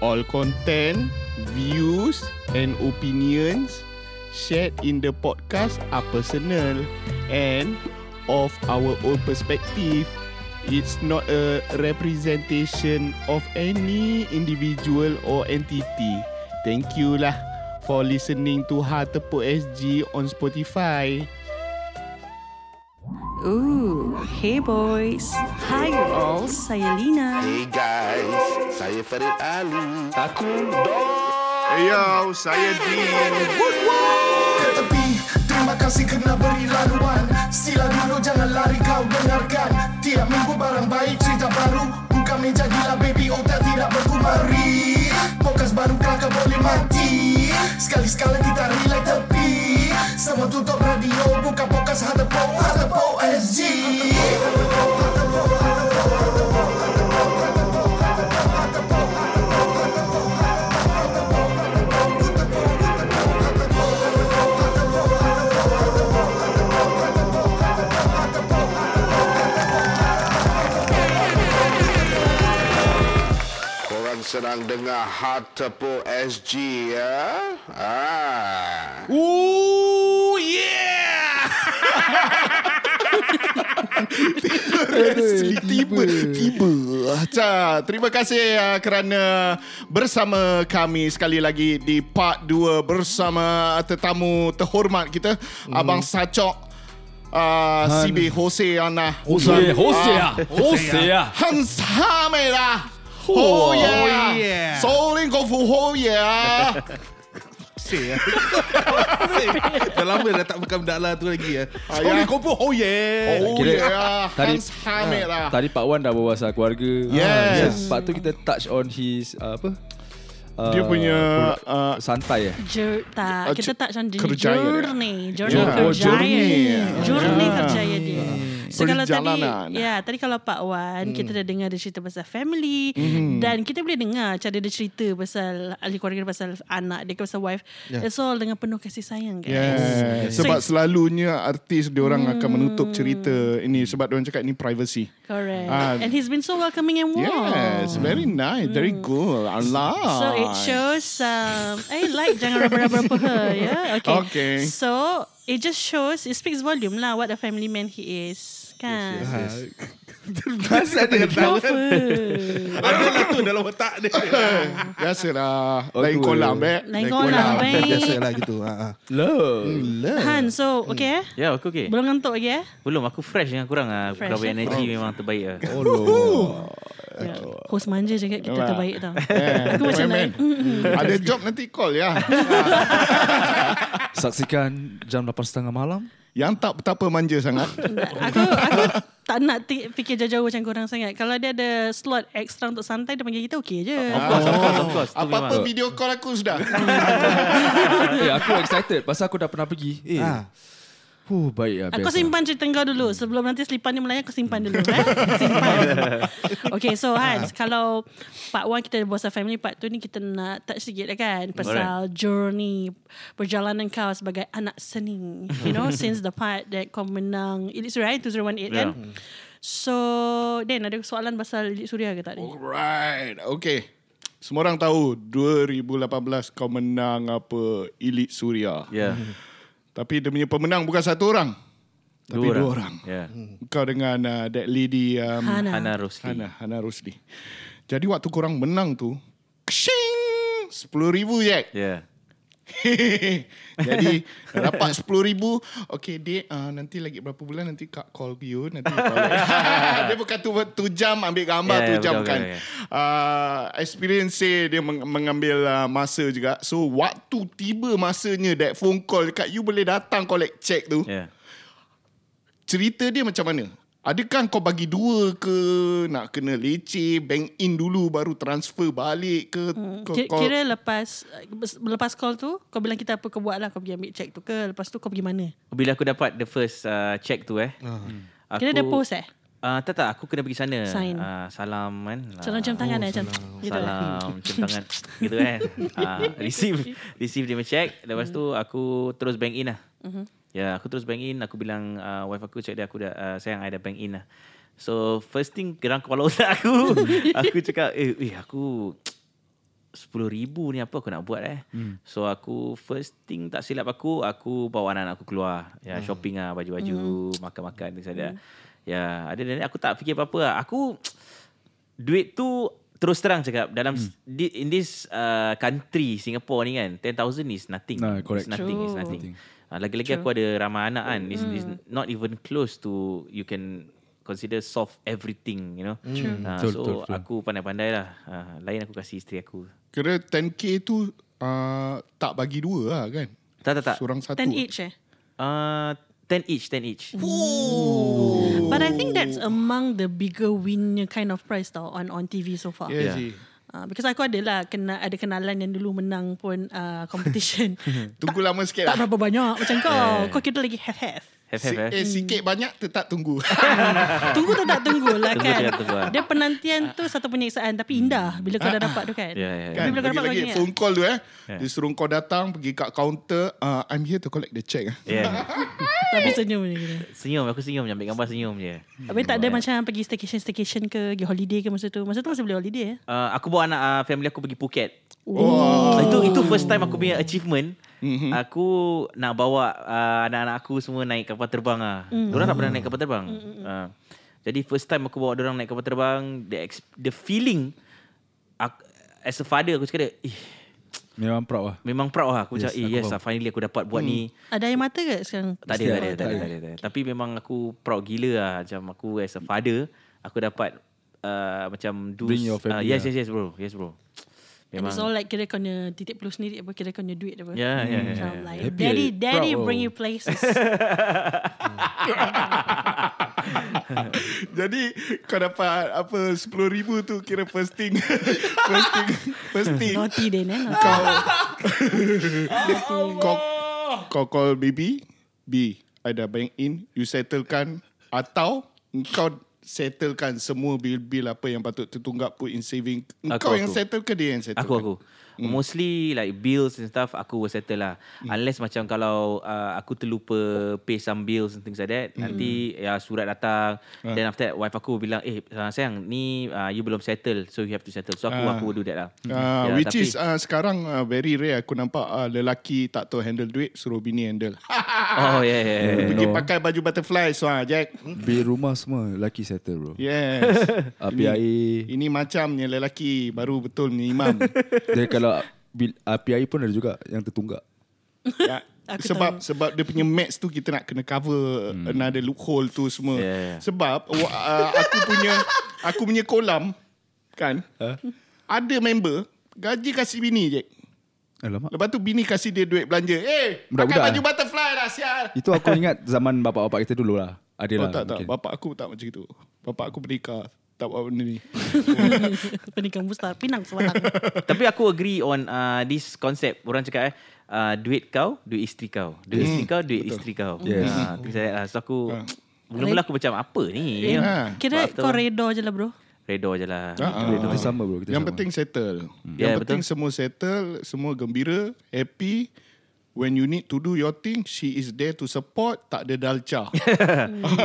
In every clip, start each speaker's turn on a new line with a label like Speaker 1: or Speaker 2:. Speaker 1: All content, views and opinions shared in the podcast are personal and of our own perspective. It's not a representation of any individual or entity. Thank you lah for listening to Hartepo SG on Spotify.
Speaker 2: Ooh, hey boys. Hi you all, saya Lina.
Speaker 3: Hey guys, saya Farid Ali. Aku Don.
Speaker 4: Hey yo, saya Dean.
Speaker 5: tepi Terima kasih kerana beri laluan Sila dulu jangan lari kau dengarkan Tiap minggu barang baik cerita baru Buka meja gila baby otak tidak berkumari Pokas baru kelakar boleh mati Sekali-sekala kita relay tepi Semua tutup radio buka pokas Hatepo Hatepo SG
Speaker 3: Korang sedang dengar Hard Tepo SG ya. Ah.
Speaker 4: Ooh, yeah!
Speaker 1: tiba tiba Acha terima kasih uh, kerana bersama kami sekali lagi di part 2 bersama tetamu terhormat kita mm. abang Sacok Uh, Sibi Hoseana
Speaker 6: Hosea, Hosea, Hosea.
Speaker 1: Ah, Hans Hamela Oh yeah, oh, yeah. Soling Kofu Oh yeah
Speaker 4: Say eh. Say. Dah lama dah tak makan budak lah tu lagi ya.
Speaker 1: ya.
Speaker 4: Sorry kompo. Oh ya. yeah.
Speaker 1: Oh
Speaker 6: Eh,
Speaker 1: lah.
Speaker 6: Kira-
Speaker 1: yeah
Speaker 6: tadi-
Speaker 1: Hans
Speaker 4: lah.
Speaker 1: Hamela
Speaker 6: Tadi Pak Wan dah bawa pasal keluarga.
Speaker 1: Yes.
Speaker 6: Lepas tu kita touch on his uh, apa? Uh,
Speaker 1: Dia punya uh,
Speaker 6: santai eh.
Speaker 2: Jer,
Speaker 1: Ah,
Speaker 2: tak, kita touch on the
Speaker 1: kerjaya.
Speaker 2: journey. Journey
Speaker 1: Yeah.
Speaker 2: kerjaya.
Speaker 1: Oh, journey. Ah.
Speaker 2: Journey
Speaker 1: Yeah.
Speaker 2: kerjaya dia. So kalau tadi
Speaker 1: Perjalanan.
Speaker 2: ya, tadi kalau Pak
Speaker 1: Hmm.
Speaker 2: Wan kita dah dengar dia cerita pasal family dan kita boleh dengar cara dia cerita pasal ahli keluarga dia, pasal anak dia, pasal wife. It's all dengan penuh kasih sayang guys.
Speaker 1: Yeah.
Speaker 2: So
Speaker 1: Ya. Sebab
Speaker 2: it's- Hmm.
Speaker 1: selalunya artis diorang akan menutup cerita ini sebab diorang cakap ini privacy.
Speaker 2: Correct.
Speaker 1: Ah.
Speaker 2: and he's been so welcoming and warm.
Speaker 1: Yes, very nice, very good. I love.
Speaker 2: Hmm. So it shows um I like jangan raba-raba apa her, yeah. Okay.
Speaker 1: Okay.
Speaker 2: So it just shows it speaks volume lah what a family man he is. Kan?
Speaker 4: Masa ada
Speaker 2: Yes,
Speaker 4: tangan. Ada lah tu dalam otak dia.
Speaker 1: Eh, Biasalah
Speaker 6: Oh,
Speaker 1: Lain
Speaker 6: tu,
Speaker 1: kolam eh
Speaker 6: eh.
Speaker 2: Lain kolam, baik.
Speaker 4: Ah, Biasalah gitu. Ha, ha.
Speaker 6: Love.
Speaker 2: Han, so okay eh?
Speaker 7: Ya, aku okey.
Speaker 2: Belum ngantuk lagi eh?
Speaker 7: Belum, aku fresh dengan korang lah.
Speaker 2: Fresh,
Speaker 7: Korang punya
Speaker 2: eh?
Speaker 7: energy memang terbaik lah.
Speaker 6: Oh, Lord.
Speaker 2: Ya. Host manja cakap kita
Speaker 1: Wah.
Speaker 2: terbaik tau.
Speaker 1: Eh,
Speaker 2: Aku macam
Speaker 1: man.
Speaker 2: like, mm, mm-mm.
Speaker 1: Hmm. Ada job nanti call ya
Speaker 6: Saksikan jam 8.30 malam.
Speaker 1: Yang tak betapa manja sangat
Speaker 2: aku aku tak nak ti- fikir jauh-jauh macam korang sangat. Kalau dia ada slot extra untuk santai, dia panggil kita okey je.
Speaker 7: Of course, of course, of course. Tu memang.
Speaker 1: Apa-apa video call aku sudah
Speaker 6: eh, aku excited pasal aku dah pernah pergi. Eh.
Speaker 4: Ah.
Speaker 6: Huh, baik lah.
Speaker 2: Aku
Speaker 6: best lah.
Speaker 2: simpan cerita kau dulu Sebelum nanti selipan ni melayang Aku simpan dulu eh? Simpan Okay so Hans Kalau part 1 kita buat pasal family Part 2 ni kita nak touch sikit lah kan Pasal journey Perjalanan kau sebagai anak seni You know Since the part that kau menang Elite Suria 2018 kan
Speaker 7: Yeah.
Speaker 2: So Dan ada soalan pasal Elite Suria ke tak ni?
Speaker 1: Alright Okay Semua orang tahu 2018 kau menang apa Elite Suria
Speaker 7: Ya.
Speaker 1: Tapi dia punya pemenang bukan satu orang Tapi dua, orang
Speaker 7: Ya.
Speaker 1: Kau dengan uh, that lady um,
Speaker 2: Hana.
Speaker 7: Hana Rosli.
Speaker 1: Hana, Hana Rusdi. Jadi waktu korang menang tu, kshing, 10 ribu je.
Speaker 7: Ya.
Speaker 1: Jadi dah dapat 10 ribu, okay dek, uh, nanti lagi berapa bulan nanti kak call you, nanti call Dia bukan tu, tu jam ambil gambar,
Speaker 7: Ya,
Speaker 1: tu
Speaker 7: ya,
Speaker 1: jam
Speaker 7: betul,
Speaker 1: kan.
Speaker 7: betul, ya.
Speaker 1: Uh, experience say dia meng- mengambil uh, masa juga. So waktu tiba masanya that phone call dekat you boleh datang collect check tu.
Speaker 7: Ya.
Speaker 1: cerita dia macam mana? Adakah kau bagi dua ke nak kena leceh bank in dulu baru transfer balik ke hmm.
Speaker 2: Ki- Kira lepas Lepas call tu Kau bilang kita apa kau buat lah Kau pergi ambil check tu ke Lepas tu kau pergi mana
Speaker 7: Bila aku dapat the first uh, check tu eh. Aku,
Speaker 2: Kira dia post eh
Speaker 7: Ah, tak tak, aku kena pergi sana.
Speaker 2: Sign.
Speaker 7: Ah, salam kan.
Speaker 2: Salam
Speaker 7: Ah,
Speaker 2: cium tangan eh Macam gitu eh.
Speaker 7: Salam Cium tangan Gitu kan uh, Receive Receive dia punya check Lepas tu Aku terus bank ah, in lah Ya aku terus bank in Aku bilang uh, Wife aku check dia Aku ah, dah uh, Sayang I dah bank in lah So first thing gerang kepala otak aku Aku cakap Eh, eh aku RM10,000 ni apa aku nak buat eh hmm. So aku first thing tak silap aku Aku bawa anak-anak aku keluar Ya hmm. shopping lah Baju-baju hmm. Makan-makan things like that. Ya ada dan aku tak fikir apa-apa lah. Aku duit tu terus terang cakap dalam hmm. di, in this uh, country Singapore ni kan 10000 is nothing.
Speaker 6: Nah, correct.
Speaker 7: It's nothing is
Speaker 2: True.
Speaker 7: nothing. Uh, lagi-lagi aku ada ramai anak kan. It's, it's not even close to you can consider solve everything, you know. Uh,
Speaker 6: Betul,
Speaker 7: so
Speaker 6: betul, betul.
Speaker 7: aku pandai-pandai lah. Uh, lain aku kasih isteri aku.
Speaker 1: Kira 10k tu uh, tak bagi dua lah kan?
Speaker 7: Tak tak tak.
Speaker 1: Seorang satu.
Speaker 2: 10 each eh.
Speaker 7: Uh, 10 each, 10 each.
Speaker 2: But I think that's among the bigger win kind of prize tau on on TV so far.
Speaker 1: Ya,
Speaker 7: Yeah.
Speaker 1: Ji.
Speaker 2: Uh, because aku ada lah kena, ada kenalan yang dulu menang pun uh, competition.
Speaker 1: Tunggu lama sikit
Speaker 2: tak
Speaker 1: lah.
Speaker 2: berapa banyak macam kau. Kau kira lagi half-half.
Speaker 7: Have
Speaker 1: Si,
Speaker 7: have eh.
Speaker 1: eh,
Speaker 2: Hmm.
Speaker 1: sikit banyak tetap tunggu.
Speaker 2: Tunggu tu tak tunggu lah
Speaker 7: Tunggu
Speaker 2: kan.
Speaker 7: tak tunggu lah.
Speaker 2: Dia penantian tu satu penyiksaan tapi indah bila kau dah dapat tu kan.
Speaker 7: Ya, ya, ya.
Speaker 1: kan?
Speaker 2: Tapi bila kau dapat
Speaker 1: Lagi-lagi
Speaker 2: kau ingat.
Speaker 1: phone call tu eh. Dia suruh kau datang pergi kat counter. Uh, I'm here to collect the check.
Speaker 7: Yeah.
Speaker 2: Tapi ah, senyum je gini.
Speaker 7: Senyum, aku senyum je. Ambil gambar senyum je.
Speaker 2: Habis tak ada macam pergi staycation-staycation ke, pergi holiday ke masa tu. Masa tu masih boleh holiday eh.
Speaker 7: Uh, aku bawa anak uh, family aku pergi Phuket.
Speaker 1: Oh.
Speaker 7: Itu itu first time aku punya achievement. Mm-hmm. Aku nak bawa uh, anak-anak aku semua naik kapal terbang ah. Mm. Orang tak pernah naik kapal terbang. Mm-hmm. Uh, jadi first time aku bawa orang naik kapal terbang, the ex- the feeling aku, as a father aku cakap dia, eh,
Speaker 6: Memang proud lah.
Speaker 7: memang proud lah. Aku
Speaker 6: Yes,
Speaker 7: cakap, eh,
Speaker 6: aku
Speaker 7: yes
Speaker 6: faham. Mm.
Speaker 7: lah, finally aku dapat buat ni.
Speaker 2: Ada air mata ke sekarang?
Speaker 7: Tak
Speaker 6: Mesti
Speaker 7: ada, tak ada,
Speaker 6: ada,
Speaker 7: tak ada,
Speaker 6: tak
Speaker 7: tak ada, tak ada. Tapi memang aku proud gila lah. Macam aku as a father, aku dapat uh, macam do...
Speaker 6: Bring your
Speaker 7: uh,
Speaker 6: family
Speaker 7: yes,
Speaker 6: lah.
Speaker 7: yes, yes bro. Yes bro.
Speaker 2: And it's all like kira kau ni titik perlu sendiri apa, kira kau ni duit apa.
Speaker 7: Ya, ya, ya,
Speaker 2: Macam
Speaker 7: ya.
Speaker 2: like,
Speaker 6: Happy,
Speaker 2: daddy,
Speaker 6: eh?
Speaker 2: daddy
Speaker 6: Proud,
Speaker 2: bring
Speaker 6: oh.
Speaker 2: you places.
Speaker 1: Jadi kau dapat apa 10000 tu kira first thing. first thing. First thing.
Speaker 2: Naughty then eh. Naughty.
Speaker 1: kau kau kau call baby B I dah bank in you settlekan atau kau settlekan semua bil-bil apa yang patut tertunggap put in saving
Speaker 7: Aku,
Speaker 1: kau yang
Speaker 7: aku.
Speaker 1: settle ke dia yang settle
Speaker 7: Aku aku.
Speaker 1: Hmm.
Speaker 7: Mm. Mostly like bills and stuff aku will settle lah. Mm. Unless macam kalau uh, aku terlupa pay some bills and things like that,
Speaker 1: Hmm.
Speaker 7: mm. nanti ya surat datang.
Speaker 1: Ah.
Speaker 7: Uh. Then after that wife aku bilang, "Eh, uh, sayang, ni uh, you belum settle, so you have to settle." So aku uh. aku will do that lah.
Speaker 1: Uh,
Speaker 7: Ya,
Speaker 1: yeah, Ah. which is uh, sekarang uh, very rare aku nampak uh, lelaki tak tahu handle duit suruh bini handle.
Speaker 7: Oh yeah yeah. yeah.
Speaker 1: Pergi
Speaker 6: No.
Speaker 1: pakai baju butterfly so ah Jack.
Speaker 6: Bil rumah semua lelaki settle bro.
Speaker 1: Ya. Yes.
Speaker 6: Ah, PIA.
Speaker 1: Ini macamnya lelaki baru betul ni imam.
Speaker 6: Jadi kalau bil, ah, PIA pun ada juga yang tertunggak.
Speaker 1: Ya,
Speaker 2: Aku
Speaker 1: sebab
Speaker 2: tahu.
Speaker 1: sebab dia punya max tu kita nak kena cover hmm. another loophole tu semua.
Speaker 7: Yeah, yeah.
Speaker 1: Sebab wa- uh, aku punya aku punya kolam kan. Huh? Ada member gaji kasih bini je.
Speaker 6: Alamak.
Speaker 1: Lepas tu bini kasih dia duit belanja. Eh, pakai
Speaker 6: Budak-budak,
Speaker 1: baju
Speaker 6: eh?
Speaker 1: butterfly dah sial.
Speaker 6: Itu aku ingat zaman bapak-bapak kita dulu lah. Ada
Speaker 1: Oh
Speaker 6: lah.
Speaker 1: tak tak,
Speaker 6: mungkin.
Speaker 1: bapak aku tak macam itu. Bapak aku berikah tak buat benda ni.
Speaker 2: Pernikahan Mustar. Pinang semalam.
Speaker 7: Tapi aku agree on uh, this concept. Orang cakap eh, uh, duit kau, duit isteri kau.
Speaker 1: Hmm.
Speaker 7: Duit isteri kau, duit isteri kau.
Speaker 6: Yes.
Speaker 7: Ah, things like that lah. So aku
Speaker 1: Ah.
Speaker 7: mula-mula aku macam apa ni?
Speaker 1: Yeah.
Speaker 2: Kira
Speaker 7: But after
Speaker 2: kau
Speaker 7: one-
Speaker 2: redor je lah bro.
Speaker 7: Redor je lah.
Speaker 1: Ah,
Speaker 6: Kita sama bro. Kita
Speaker 1: Yang
Speaker 6: sama.
Speaker 1: penting settle. Hmm. Yang
Speaker 2: Ya,
Speaker 7: Yeah,
Speaker 1: penting semua settle, semua gembira, happy. When you need to do your thing, she is there to support, tak ada dalca.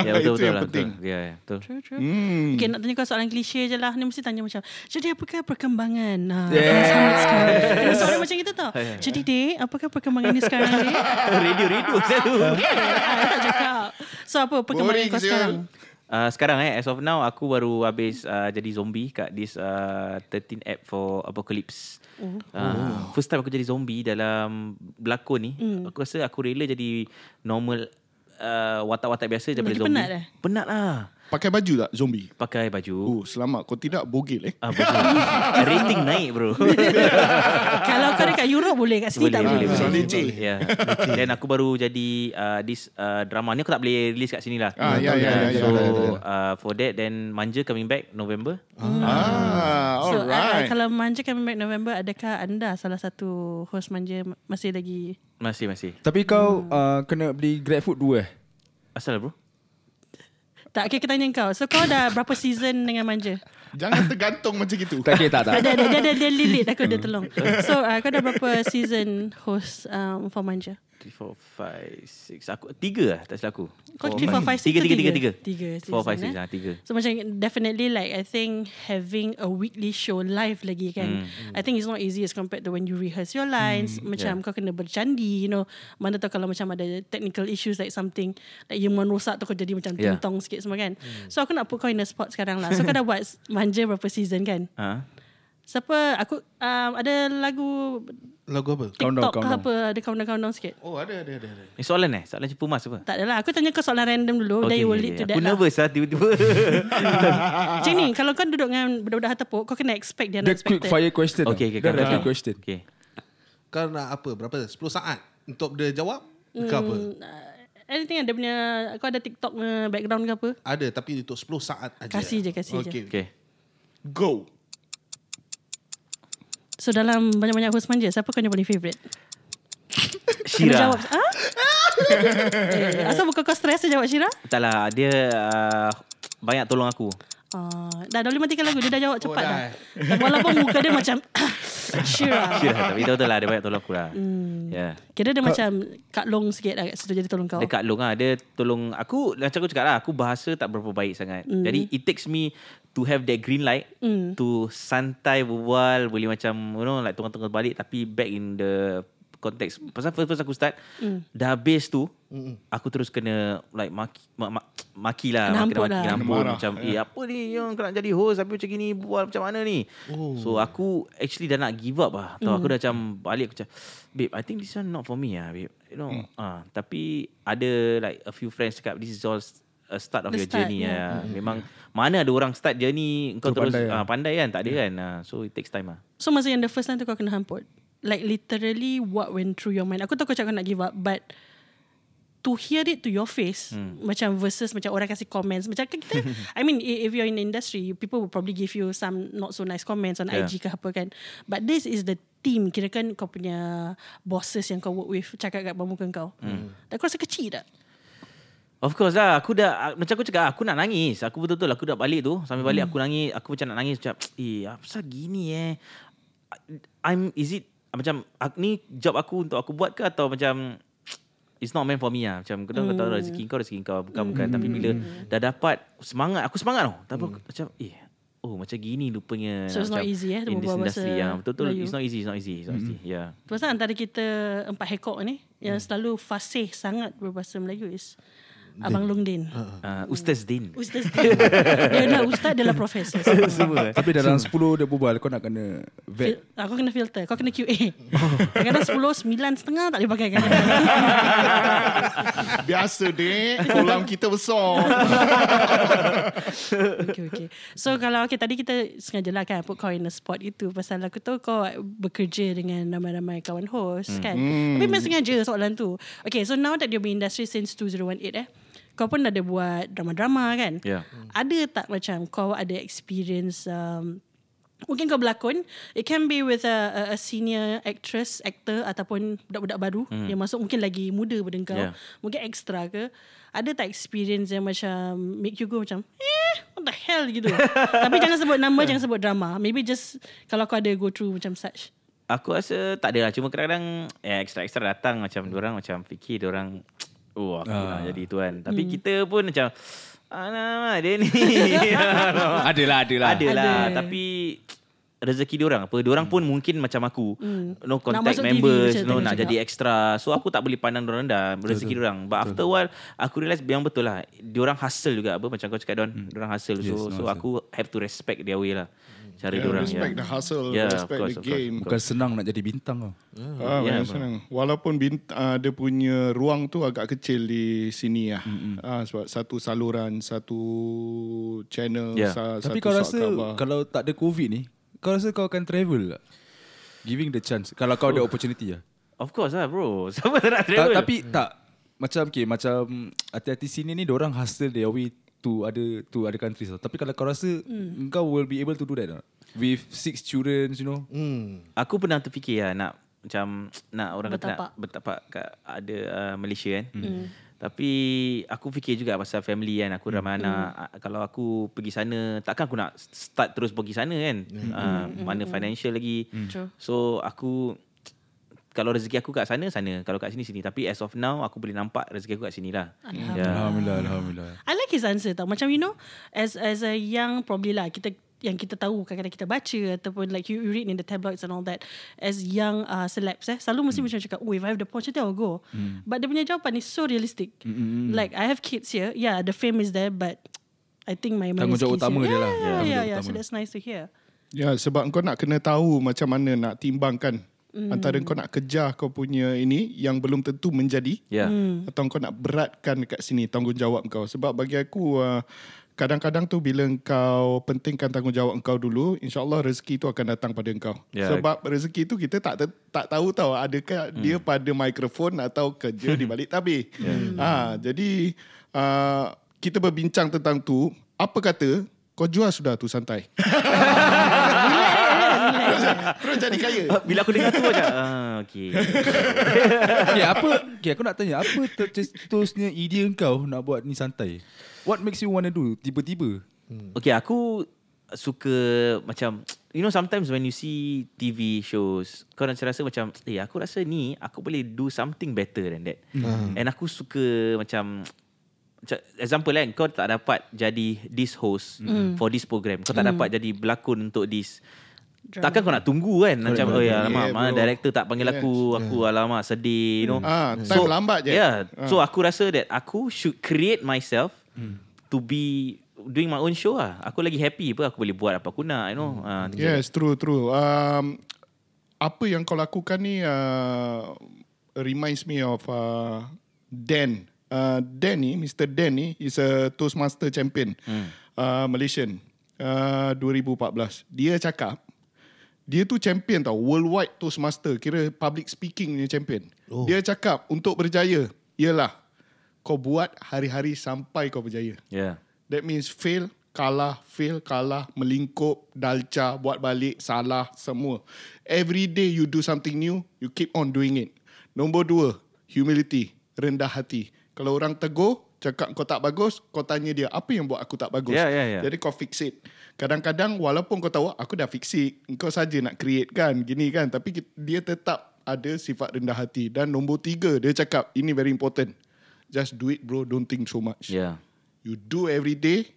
Speaker 7: Ya betul
Speaker 1: Itu
Speaker 7: betul
Speaker 1: yang
Speaker 7: lah.
Speaker 1: penting.
Speaker 7: Betul. Ya ya, betul.
Speaker 2: True, true. Hmm. Okay, nak tanya kau soalan klise je lah. Ni mesti tanya macam, jadi apakah perkembangan? Ha, yes. sekarang? Kena soalan macam kita tau. Jadi dek, apakah perkembangan ni sekarang dek?
Speaker 7: Radio radio selalu.
Speaker 2: Ah, tak cakap. So apa perkembangan
Speaker 1: Boring
Speaker 2: kau
Speaker 1: sial.
Speaker 2: sekarang?
Speaker 7: Uh, sekarang eh as of now aku baru habis uh, jadi zombie kat this uh, 13 app for apocalypse. Oh. Uh, first time aku jadi zombie dalam berlakon ni. Mm. Aku rasa aku rela jadi normal uh, watak-watak biasa
Speaker 2: Lagi
Speaker 7: daripada zombie.
Speaker 2: penat eh?
Speaker 7: Penat lah.
Speaker 1: Pakai baju tak zombie?
Speaker 7: Pakai baju.
Speaker 1: Oh, selamat. Kau tidak bogil eh.
Speaker 6: Ah.
Speaker 7: Uh, rating naik bro.
Speaker 2: Kalau kau dekat Europe boleh, kat sini
Speaker 7: boleh,
Speaker 2: tak boleh.
Speaker 7: boleh,
Speaker 1: Ah,
Speaker 7: boleh.
Speaker 1: leceh.
Speaker 7: Ya. Dan aku baru jadi uh, this uh, drama ni aku tak boleh release kat sini lah.
Speaker 1: Ah, ya, ya, ya, ya,
Speaker 7: so
Speaker 1: ya, ya,
Speaker 7: uh, for that then Manja coming back November.
Speaker 1: Hmm. Ah,
Speaker 2: So uh,
Speaker 1: alright.
Speaker 2: kalau manja kami back November, adakah anda salah satu host manja masih lagi?
Speaker 7: Masih masih.
Speaker 6: Tapi
Speaker 2: Hmm.
Speaker 6: kau uh, kena beli GrabFood dua eh?
Speaker 7: Asal bro?
Speaker 2: Tak, okay, aku tanya kau. So kau dah berapa season dengan manja?
Speaker 1: Jangan tergantung macam itu.
Speaker 6: Tak kira tak tak.
Speaker 2: Ada, ada, ada, ada, dia lilit aku, dia tolong. So uh, kau dah berapa season host um, for manja?
Speaker 7: Three, four, five, six. Aku tiga lah tak silap aku.
Speaker 2: Kau three, four, five, six
Speaker 7: Tiga,
Speaker 2: ke
Speaker 7: tiga, tiga,
Speaker 2: Oh, tiga?
Speaker 7: tiga.
Speaker 2: Tiga
Speaker 7: Four, five,
Speaker 2: season,
Speaker 7: six.
Speaker 2: eh?
Speaker 7: Ha, tiga.
Speaker 2: So macam definitely like I think having a weekly show live lagi kan. I think it's not easy as compared to when you rehearse your lines. Macam kau kena bercandi you know. Mana tahu kalau macam ada technical issues like something like you rosak tu kau jadi macam
Speaker 7: Yeah.
Speaker 2: tintong sikit semua kan. So aku nak put kau in a spot sekarang lah. So kau dah buat manja berapa season kan?
Speaker 7: Ha?
Speaker 2: Siapa aku um, ada lagu
Speaker 4: Lagu apa?
Speaker 6: Countdown,
Speaker 2: TikTok ke
Speaker 6: countdown.
Speaker 2: apa ada countdown-countdown sikit.
Speaker 4: Oh ada ada ada. ada.
Speaker 7: Ni soalan eh? Soalan cepu mas apa?
Speaker 2: Tak adalah Aku tanya kau soalan random dulu okay, Then you will lead to that
Speaker 7: Aku
Speaker 2: lah
Speaker 7: nervous lah tiba-tiba.
Speaker 2: Macam ni Kalau kau duduk dengan Budak-budak hatepuk Kau kena expect dia
Speaker 6: The quick fire question.
Speaker 7: okay, okay.
Speaker 6: The
Speaker 7: countdown.
Speaker 6: rapid question.
Speaker 7: Okay.
Speaker 4: Kau nak apa? Berapa? 10 saat untuk dia jawab?
Speaker 2: Hmm.
Speaker 4: Kau apa?
Speaker 2: Anything ada punya Kau ada TikTok punya background ke apa
Speaker 4: Ada tapi untuk 10 saat aja.
Speaker 2: Kasih je, kasih je.
Speaker 4: okay. Okay.
Speaker 7: Okay.
Speaker 1: Go.
Speaker 2: So dalam banyak-banyak host manja Siapa kau yang paling favourite Kena
Speaker 7: Syira.
Speaker 2: jawab ha? eh, Asal bukan kau stress je jawab Syira
Speaker 7: Tak lah. Dia uh, banyak tolong aku.
Speaker 2: Oh, dah dah boleh matikan lagu Dia dah jawab cepat
Speaker 4: dah,
Speaker 2: dah. dah Walaupun muka dia macam Syira
Speaker 7: Syira. Tapi betul-betul lah. Dia banyak tolong aku lah.
Speaker 2: Hmm.
Speaker 7: Yeah.
Speaker 2: Kira dia macam Kak Long sikit lah kat situ Jadi tolong kau
Speaker 7: Dekat Long lah Dia tolong Aku macam aku cakap lah Aku bahasa tak berapa baik sangat
Speaker 2: Hmm.
Speaker 7: mm. Jadi it takes me To have that green light mm. To santai berbual Boleh macam You know Like tengah-tengah balik Tapi back in the Context Pasal first first aku start
Speaker 2: Hmm.
Speaker 7: mm. Dah habis tu mm. Aku terus kena Like maki ma- ma- Maki
Speaker 2: Kena
Speaker 7: lah Kena
Speaker 2: hampuk lah.
Speaker 7: maki
Speaker 2: Kena
Speaker 7: Nampun Macam eh apa ni Yang kena jadi host Tapi macam gini Buat macam mana ni oh. So aku Actually dah nak give up lah Tahu aku dah macam Balik aku macam Babe I think this one not for me lah babe You know ah, Tapi Ada like A few friends cakap This is all s- A start of
Speaker 2: The
Speaker 7: your
Speaker 2: start,
Speaker 7: journey
Speaker 2: yeah. Hmm.
Speaker 7: yeah. Memang Mana ada orang start journey Kau
Speaker 6: Tu
Speaker 7: terus
Speaker 6: pandai
Speaker 7: pandai,
Speaker 6: lah.
Speaker 7: ah, pandai kan Tak ada kan ah, So it takes time lah
Speaker 2: So masa yang the first time tu kau kena hamput Like literally what went through your mind Aku tahu kau cakap kau nak give up But To hear it to your face hmm. Macam versus macam orang kasi comments Macam kan kita I mean i- if you're in the industry People will probably give you some not so nice comments On
Speaker 7: Yeah.
Speaker 2: IG ke apa kan But this is the team Kira kan kau punya Bosses yang kau work with Cakap kat bawah muka kau hmm. Kau rasa kecil tak?
Speaker 7: Of course lah Aku dah ah, Macam aku cakap Aku nak nangis Aku betul-betul Aku dah balik tu Sampai
Speaker 2: Hmm.
Speaker 7: balik aku nangis Aku macam nak nangis Macam Eh apa pasal gini eh I'm Is it Macam aku, Ni job aku Untuk aku buat ke Atau macam It's not meant for me lah Macam kau tahu, kau tahu Rezeki
Speaker 2: Hmm.
Speaker 7: kau Rezeki kau Bukan bukan Tapi bila Dah dapat Semangat Aku semangat tau Tapi aku macam Eh Oh macam gini rupanya
Speaker 2: Hmm. So, it's not
Speaker 7: macam
Speaker 2: easy, eh,
Speaker 7: In this
Speaker 2: berbual bahasa
Speaker 7: industry yang Betul-betul
Speaker 2: Melayu. Hmm.
Speaker 7: It's not easy It's not easy It's not easy Yeah
Speaker 2: Pasal kan antara kita Empat hekok ni Yang selalu fasih sangat Berbahasa Melayu is Abang Long Din Uh,
Speaker 7: Ah, Ustaz Din
Speaker 2: Ustaz Din. Dia adalah ustaz, dia adalah profesor.
Speaker 7: Semua eh
Speaker 6: Tapi dalam 10 dia berbual kau nak kena
Speaker 2: Fil-
Speaker 6: vet.
Speaker 2: Aku kena filter Kau kena QA Kadang-kadang 10 9 setengah Tak boleh pakai kan
Speaker 1: Biasa dek. Kolam kita besar.
Speaker 2: okay, okay. So kalau okay, Tadi kita Sengaja lah kan Put kau in a spot itu Pasal aku tahu kau Bekerja dengan Ramai-ramai kawan host kan Tapi memang sengaja Soalan tu Okay so now that You've been in industry Since 2018 eh Kau pun ada buat Drama-drama kan
Speaker 7: Yeah.
Speaker 2: Ada tak macam Kau ada experience um, Mungkin kau berlakon It can be with a, a, a senior actress Actor Ataupun budak-budak baru mm. Yang masuk mungkin lagi muda pada kau yeah.
Speaker 7: Yeah.
Speaker 2: Mungkin extra ke Ada tak experience yang macam Make you go macam Eh what the hell gitu Tapi jangan sebut nama Jangan sebut drama Maybe just Kalau kau ada go through macam such
Speaker 7: Aku rasa tak ada lah. Cuma kadang-kadang eh, extra-extra datang macam orang macam fikir orang oh aku nak jadi tuan. Tapi
Speaker 2: Hmm.
Speaker 7: kita pun macam alamak dia ni.
Speaker 6: Adalah, adalah.
Speaker 7: ada lah.
Speaker 2: Ada.
Speaker 7: Tapi rezeki diorang apa diorang pun mungkin macam aku no contact
Speaker 2: Hmm. masuk TV
Speaker 7: members
Speaker 2: macam
Speaker 7: no
Speaker 2: tadi
Speaker 7: nak
Speaker 2: cakap.
Speaker 7: jadi extra so aku tak boleh pandang diorang rendah rezeki diorang but after a while aku realise yang betul lah diorang hustle juga apa macam kau cakap Don diorang Hmm. hustle so
Speaker 6: Yes, no
Speaker 7: so
Speaker 6: hustle.
Speaker 7: aku have to respect their way lah cara
Speaker 1: Yeah,
Speaker 7: diorang
Speaker 1: respect
Speaker 7: yeah.
Speaker 1: the hustle,
Speaker 7: Yeah, of
Speaker 1: respect
Speaker 7: course,
Speaker 1: the
Speaker 7: of
Speaker 1: game.
Speaker 7: course, of course.
Speaker 6: Bukan senang nak jadi bintang kau.
Speaker 1: Ah,
Speaker 7: Ya,
Speaker 1: yeah,
Speaker 7: bro.
Speaker 1: senang. Walaupun bint, uh, dia punya ruang tu agak kecil di sini lah. Mm-hmm. Ah, sebab satu saluran, satu channel,
Speaker 7: Ya.
Speaker 1: sa, satu
Speaker 6: Tapi kau
Speaker 1: shot
Speaker 6: rasa
Speaker 1: cover.
Speaker 6: kalau tak ada COVID ni, kau rasa kau akan travel tak? Giving the chance. Kalau kau ada opportunity lah.
Speaker 7: Of course lah bro Siapa tak nak
Speaker 6: Ta-
Speaker 7: travel
Speaker 6: tapi tak macam okay, macam hati-hati sini ni orang hustle their way to other to other countries. Tau. Tapi kalau kau rasa
Speaker 2: Hmm.
Speaker 6: mm. kau will be able to do that tak? With six children, you know.
Speaker 8: Hmm.
Speaker 7: Aku pernah terfikir lah nak macam nak orang kata nak
Speaker 2: Bertapak.
Speaker 7: bertapak kat ada uh, Malaysia kan.
Speaker 6: Hmm.
Speaker 7: Mm. Tapi aku fikir juga pasal family kan aku ramai
Speaker 6: Hmm.
Speaker 7: anak. Ah, Kalau aku pergi sana takkan aku nak
Speaker 6: Hmm.
Speaker 7: start Ah, terus pergi sana kan. Mm. Uh, mana financial lagi.
Speaker 2: True.
Speaker 7: So aku kalau rezeki aku kat sana sana, kalau kat sini sini. Tapi as of now aku boleh nampak rezeki aku kat sini lah. Ya.
Speaker 6: Alhamdulillah, Alhamdulillah.
Speaker 2: I like his answer tau. Macam you know, as as a young probably lah kita yang kita tahu kadang-kadang kita baca ataupun like you, you read in the tabloids and all that as young uh, celebs eh selalu
Speaker 6: Hmm.
Speaker 2: mesti macam cakap oh if I have the opportunity I'll go but dia punya jawapan is so realistic
Speaker 6: Hmm,
Speaker 2: like I have kids here yeah the fame is there but I think my my
Speaker 6: Tanggungjawab
Speaker 2: rizki is
Speaker 6: utama
Speaker 2: here.
Speaker 6: dia lah.
Speaker 2: yeah yeah,
Speaker 6: Tanggungjawab
Speaker 2: yeah. so
Speaker 6: utama.
Speaker 2: that's nice to hear
Speaker 1: Ya, sebab kau nak kena tahu macam mana nak timbangkan mm. antara kau nak kejar kau punya ini yang belum tentu menjadi
Speaker 7: Ya.
Speaker 1: mm. atau kau nak beratkan dekat sini tanggungjawab kau. Sebab bagi aku uh, kadang-kadang tu bila kau pentingkan tanggungjawab kau dulu, insyaallah rezeki tu akan datang pada kau.
Speaker 7: Ya.
Speaker 1: Sebab rezeki tu kita tak te- tak tahu tahu adakah mm. dia pada mikrofon atau kerja di balik tabir. Yeah. Ha, jadi uh, kita berbincang tentang tu, apa kata kau jual sudah tu santai. Terus jadi kaya.
Speaker 7: Bila aku dengar tu macam ah okey.
Speaker 6: Okay, apa? Okay, aku nak tanya. Apa tercetusnya idea kau nak buat ni santai? What makes you want to do? Tiba-tiba.
Speaker 7: Okay, aku suka macam you know sometimes when you see TV shows kau rasa rasa macam eh aku rasa ni aku boleh do something better than that.
Speaker 1: Hmm.
Speaker 7: Mm. And aku suka macam macam example kan kau tak dapat jadi this host mm. for this program. Kau tak mm. dapat jadi berlakon untuk this
Speaker 2: Drama.
Speaker 7: Takkan kau nak tunggu kan Macam oh ya
Speaker 1: Yeah,
Speaker 7: alamak mana
Speaker 1: bro.
Speaker 7: Director tak panggil
Speaker 1: Yes.
Speaker 7: aku Aku alamak sedih You know
Speaker 1: Ah, time lambat je. Ah.
Speaker 7: Yeah So aku rasa that Aku should create myself To be Doing my own show lah Aku lagi happy apa Aku boleh buat apa aku nak You know Ah, things like
Speaker 1: Yes, true, true. Um, apa yang kau lakukan ni uh, reminds me of uh, Dan. Uh, Dan ni, Mr. Dan ni is a Toastmaster champion. Hmm. Uh, Malaysian. Uh, 2014. Dia cakap, dia tu champion tau. Worldwide Toastmaster. Kira public speaking ni champion. Oh. Dia cakap untuk berjaya, ialah kau buat hari-hari sampai kau berjaya.
Speaker 7: that. Yeah
Speaker 1: That means fail, kalah, fail, kalah, melingkup, dalca, buat balik, salah, semua. Every day you do something new, you keep on doing it. Nombor dua, humility, rendah hati. Kalau orang tegur, cakap kau tak bagus, kau tanya dia, apa yang buat aku tak bagus?
Speaker 7: Ya, ya, ya.
Speaker 1: Jadi kau fix it. Kadang-kadang walaupun kau tahu aku dah fix it, kau saja nak create kan, gini kan. Tapi ki- dia tetap ada sifat rendah hati. Dan nombor tiga, dia cakap, ini very important. Just do it bro, don't think so much.
Speaker 7: Yeah
Speaker 1: You do every day.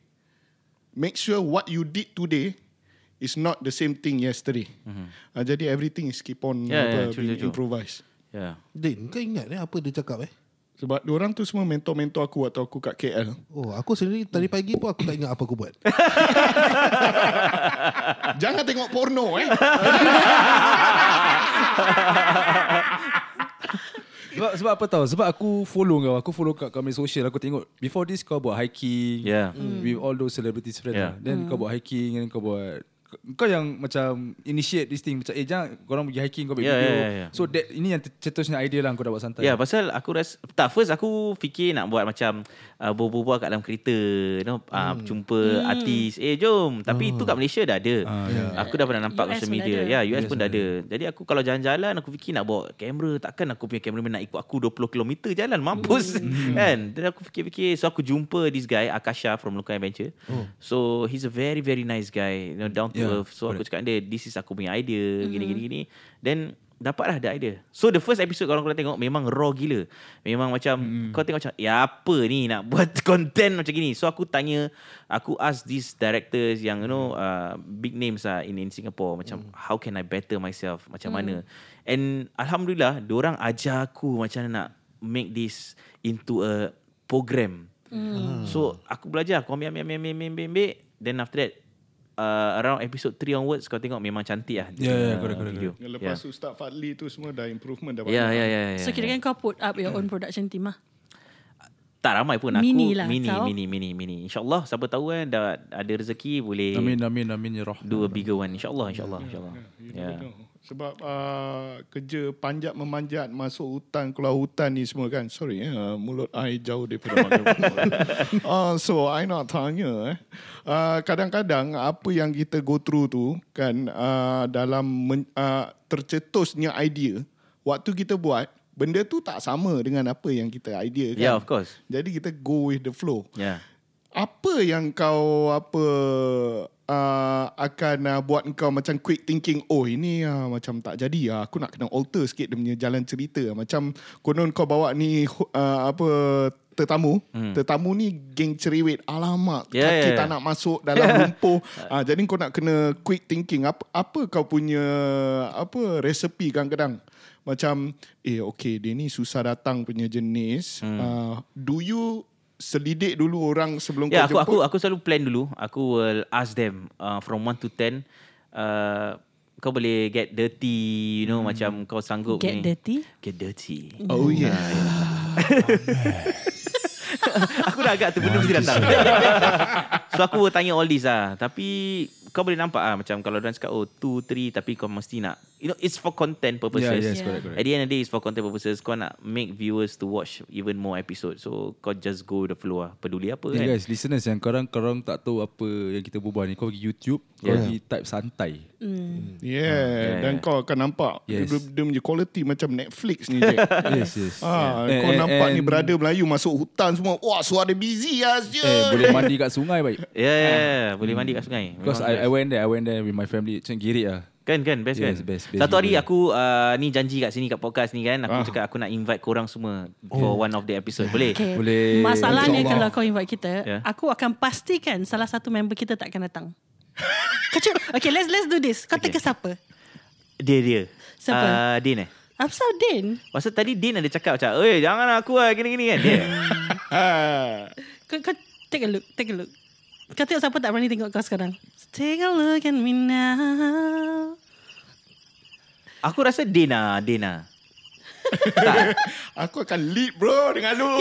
Speaker 1: Make sure what you did today is not the same thing yesterday. Mm-hmm. Uh, jadi everything is keep on
Speaker 7: Yeah,
Speaker 1: yeah,
Speaker 7: yeah,
Speaker 1: yeah,
Speaker 7: Mhm. Ya, true,
Speaker 1: being
Speaker 7: true, true.
Speaker 1: improvised.
Speaker 7: Yeah
Speaker 8: Din, kau ingat eh apa dia cakap eh?
Speaker 1: Sebab orang tu semua mentor-mentor aku waktu aku kat KL.
Speaker 8: Oh, aku sendiri tadi pagi pun aku tak ingat apa aku buat.
Speaker 1: Jangan tengok porno eh.
Speaker 6: Sebab, sebab apa tahu? Sebab aku follow kau. Aku follow kat kau punya social. Aku tengok. Before this kau buat hiking. mm,
Speaker 7: Yeah.
Speaker 6: With all those celebrities friends. Yeah.
Speaker 7: Yeah.
Speaker 6: Then kau buat hiking. And kau buat kau yang macam initiate this thing macam eh jangan korang pergi hiking kau buat
Speaker 7: Yeah,
Speaker 6: video
Speaker 7: yeah, yeah, yeah.
Speaker 6: so that ini yang cetusnya idea lah kau dah buat santai
Speaker 7: Ya yeah, pasal aku rasa tak first aku fikir nak buat macam uh, berbual kat dalam kereta you know uh, jumpa
Speaker 2: Hmm.
Speaker 7: artis eh jom tapi itu kat Malaysia dah ada. yeah. Aku dah pernah nampak
Speaker 2: US Ya.
Speaker 7: social
Speaker 2: pun
Speaker 7: media.
Speaker 2: ada.
Speaker 7: Ya yeah, US ya. pun dah ada. Jadi aku kalau jalan-jalan aku fikir nak bawa kamera takkan aku punya kameraman nak ikut aku 20 km jalan mampus kan. Jadi aku fikir-fikir so aku jumpa this guy Akasha from Local Adventure. So he's a very very nice guy you know down to
Speaker 6: Yeah,
Speaker 7: earth. So aku cakap dengan dia this is aku punya idea gini gini gini then dapatlah the idea. So the first episode korang kena tengok memang raw gila. Memang macam mm. kau tengok macam ya apa ni nak buat content macam gini. So aku tanya aku ask these directors yang you know uh, big names lah in in Singapore macam mm. how can I better myself macam mm. mana. And alhamdulillah diorang ajar aku macam mana nak make this into a program. Mm. So aku belajar aku ambil ambil ambil ambil ambil, ambil, ambil. then after that Uh, around episode 3 onwards kau tengok memang cantik lah
Speaker 6: Ya, ya,
Speaker 7: uh,
Speaker 6: correct, correct,
Speaker 7: video. Yeah.
Speaker 1: Lepas yeah. Ustaz Fadli tu semua dah improvement dah.
Speaker 7: Ya, ya, ya.
Speaker 2: so kira kan kau put up your own production team lah
Speaker 7: tak ramai pun aku
Speaker 2: Mini lah
Speaker 7: mini,
Speaker 2: kau.
Speaker 7: mini mini mini insyaallah siapa tahu kan dah ada rezeki boleh
Speaker 6: amin amin amin ya roh
Speaker 7: do a bigger one insyaallah insyaallah insyaallah
Speaker 1: You
Speaker 7: ya
Speaker 1: never know. Sebab uh, kerja panjat memanjat masuk hutan keluar hutan ni semua kan. Sorry eh uh, mulut I jauh daripada microphone. uh, so I nak tanya eh. Uh, kadang-kadang apa yang kita go through tu kan uh, dalam men, uh, tercetusnya idea waktu kita buat benda tu tak sama dengan apa yang kita idea kan.
Speaker 7: yeah Ya, of course Ya.
Speaker 1: Jadi kita go with the flow.
Speaker 7: yeah
Speaker 1: apa yang kau apa uh, akan uh, buat kau macam quick thinking oh ini uh, macam tak jadi uh, aku nak kena alter sikit dia punya jalan cerita macam konon kau bawa ni ho- uh, apa tetamu hmm. tetamu ni geng cerewet alamak
Speaker 7: Ya,
Speaker 1: kaki
Speaker 7: ya, ya.
Speaker 1: tak nak masuk dalam lumpuh uh, jadi kau nak kena quick thinking apa apa kau punya apa resepi kadang-kadang macam eh okay dia ni susah datang punya jenis hmm. uh, do you selidik dulu orang sebelum
Speaker 7: Ya,
Speaker 1: kau
Speaker 7: aku
Speaker 1: jemput
Speaker 7: aku aku selalu plan dulu. Aku will ask them uh, from 1 to 10 uh, kau boleh get dirty, you know, macam kau sanggup
Speaker 2: Hmm. Get
Speaker 7: ni.
Speaker 2: dirty?
Speaker 7: Get dirty.
Speaker 1: Oh yeah.
Speaker 7: aku dah agak tu benda mesti datang. so aku will tanya all this lah. Tapi kau boleh nampak ah macam kalau orang cakap oh 2 3 tapi kau mesti nak you know it's for content purposes.
Speaker 6: Yeah, yes,
Speaker 2: Yeah.
Speaker 6: correct, correct.
Speaker 7: At the end of the day, it's for content purposes. Kau nak make viewers to watch even more episode. So, kau just go with the flow lah. Peduli apa
Speaker 6: Yeah,
Speaker 7: kan.
Speaker 6: guys, listeners yang korang, korang tak tahu apa yang kita berbual ni. Kau pergi YouTube, kau
Speaker 7: Yeah.
Speaker 6: pergi type santai. Hmm.
Speaker 1: Yeah. Dan
Speaker 7: yeah.
Speaker 1: kau akan nampak yes.
Speaker 6: Yes.
Speaker 1: dia, dia punya quality macam Netflix ni Jack.
Speaker 6: Yes, yes.
Speaker 1: Ah,
Speaker 6: Eh,
Speaker 1: kau
Speaker 6: eh,
Speaker 1: nampak ni
Speaker 6: and-
Speaker 1: brother Melayu masuk hutan semua. Wah, suara busy lah je.
Speaker 6: Eh, boleh mandi kat sungai baik.
Speaker 7: Yeah, yeah, yeah. Boleh mandi kat sungai.
Speaker 6: Hmm. Because
Speaker 7: Memang
Speaker 6: I, I went there, I went there with my family. Macam girik lah.
Speaker 7: Kan kan best
Speaker 6: Yes,
Speaker 7: kan
Speaker 6: best, best Ah.
Speaker 7: Satu hari
Speaker 6: gila.
Speaker 7: aku uh, Ni janji kat sini Kat podcast ni kan Aku cakap aku nak invite korang semua
Speaker 6: Oh.
Speaker 7: For one of the episode Boleh?
Speaker 2: Okay.
Speaker 6: Boleh.
Speaker 2: Masalahnya
Speaker 6: Insya
Speaker 2: kalau kau invite kita,
Speaker 7: Ya.
Speaker 2: yeah. aku akan pastikan salah satu member kita tak akan datang. Kacau. Okay, let's let's do this. Kau okay. teka siapa?
Speaker 7: Dia dia
Speaker 2: Siapa?
Speaker 7: Uh, Din eh
Speaker 2: Afsal Din.
Speaker 7: Pasal tadi Din ada cakap macam Eh jangan aku lah Gini-gini kan Dia
Speaker 1: Ah,
Speaker 2: Kau, kau take a look, take a look. Kau tengok siapa tak berani tengok kau sekarang. Take a look at me now.
Speaker 7: Aku rasa Din lah Din lah
Speaker 1: Aku akan lead bro dengan lu.